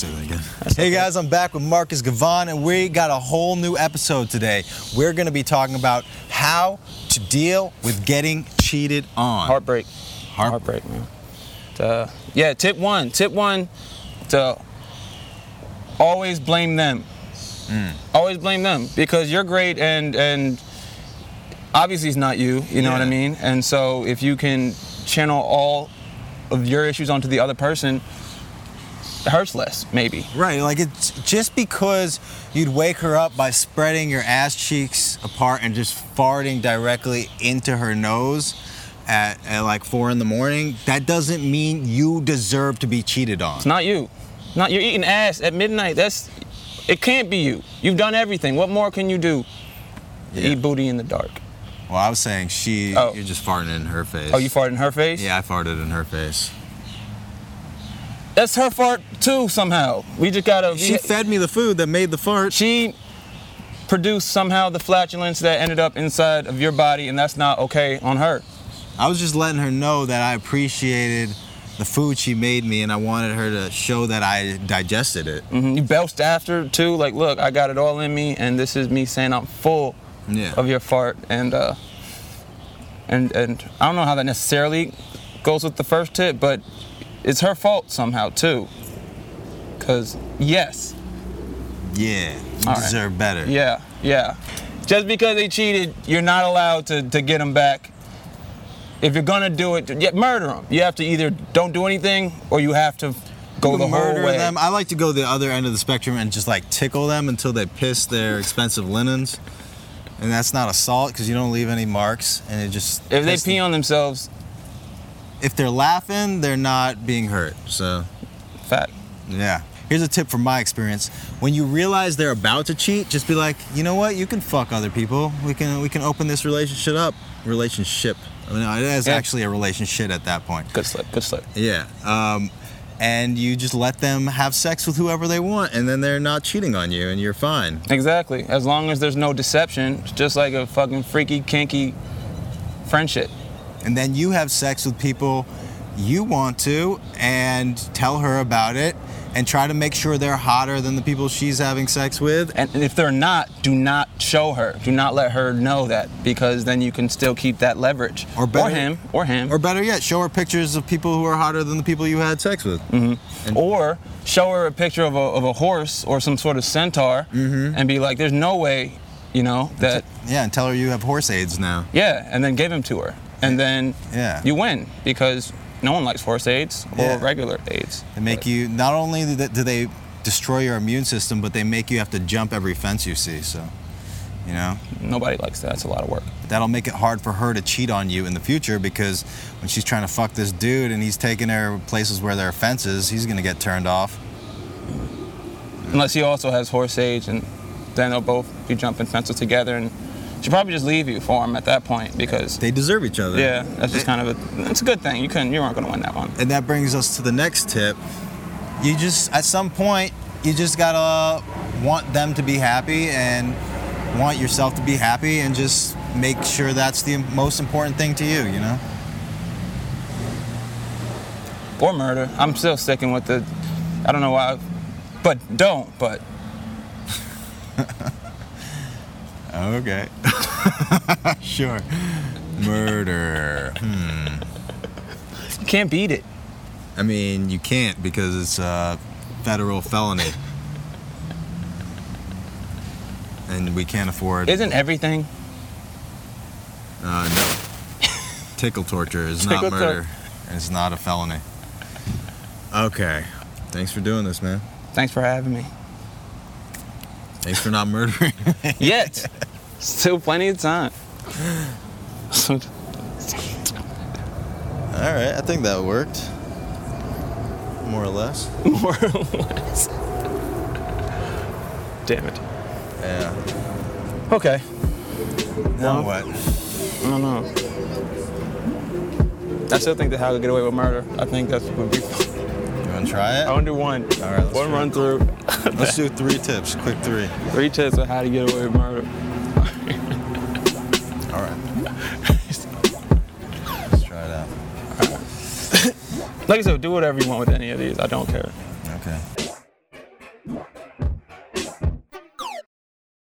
Hey guys, I'm back with Marcus Gavon, and we got a whole new episode today. We're going to be talking about how to deal with getting cheated on. Heartbreak. Heart- Heartbreak, man. Uh, yeah, tip one. Tip one to always blame them. Mm. Always blame them because you're great and and obviously it's not you. You know what I Yeah. mean. And so if you can channel all of your issues onto the other person, it hurts less maybe. Right, like it's just because you'd wake her up by spreading your ass cheeks apart and just farting directly into her nose at, at like four in the morning, that doesn't mean you deserve to be cheated on. It's not you. Not you're eating ass at midnight. That's it can't be you. You've done everything. What more can you do? Eat booty in the dark. Well, I was saying she, Oh. you're just farting in her face. Oh, you farted in her face? Yeah, I farted in her face. That's her fart too somehow. We just gotta. She we- fed me the food that made the fart. she produced somehow the flatulence that ended up inside of your body, and that's not okay on her. I was just letting her know that I appreciated the food she made me and I wanted her to show that I digested it. Mhm. You belched after too. Like, look, I got it all in me, and this is me saying I'm full Yeah. of your fart, and uh, and and I don't know how that necessarily goes with the first tip, but it's her fault somehow too. Cause yes, Yeah, you All right. deserve better. Yeah, yeah. Just because they cheated, you're not allowed to, to get them back. If you're gonna do it, yeah, murder them. You have to either don't do anything or you have to go the murder whole way. them. I like to go the other end of the spectrum and just like tickle them until they piss their expensive linens. And that's not assault because you don't leave any marks. And it just If they piss pee them- on themselves, if they're laughing, they're not being hurt. So fact. yeah. Here's a tip from my experience: when you realize they're about to cheat, just be like, you know what, you can fuck other people. We can we can open this relationship up. Relationship. I mean, it is Yeah. actually a relationship at that point. Good slip, good slip. Yeah. Um, and you just let them have sex with whoever they want, and then they're not cheating on you, and you're fine. Exactly. As long as there's no deception, it's just like a fucking freaky, kinky friendship. And then you have sex with people you want to, and tell her about it, and try to make sure they're hotter than the people she's having sex with. And if they're not, do not show her. Do not let her know that because then you can still keep that leverage. Or better- or him, or him. Or better yet, show her pictures of people who are hotter than the people you had sex with. or show her a picture of a, of a horse or some sort of centaur Mm-hmm. and be like there's no way you know that Uh, Yeah, and tell her you have horse aids now. yeah and then give him to her and then Yeah. you win because no one likes horse aids or Yeah. regular aids They make you, not only do they- do they destroy your immune system, but they make you have to jump every fence you see, so, you know? nobody likes that it's a lot of work that'll make it hard for her to cheat on you in the future because when she's trying to fuck this dude and he's taking her places where there are fences, he's gonna get turned off. unless he also has horse aids and then they'll both be jumping fences together and she'll probably just leave you for him at that point because They deserve each other. yeah that's just kind of a it's a good thing you couldn't you weren't going to win that one And that brings us to the next tip. You just, at some point, you just gotta want them to be happy and want yourself to be happy and just make sure that's the most important thing to you, you know? or murder. I'm still sticking with the. I don't know why, but don't. But Okay. sure. Murder. you can't beat it. I mean, you can't because it's a federal felony. and we can't afford Isn't everything? uh, no. tickle torture is not Tickle tor- murder. and it's not a felony. Okay. Thanks for doing this, man. Thanks for having me. Thanks for not murdering. Yet, still plenty of time. So, All right, I think that worked. More or less. more or less. Damn it. Yeah. Okay. Now No. what? I don't know. I still think that how to get away with murder. I think that's would be. You want to try it? I want to do one. right, let's try one it. run through. Let's do three tips, quick three. Three tips of how to get away with murder. All right. Let's try it out. Like I said, do whatever you want with any of these. I don't care. Okay. Bye.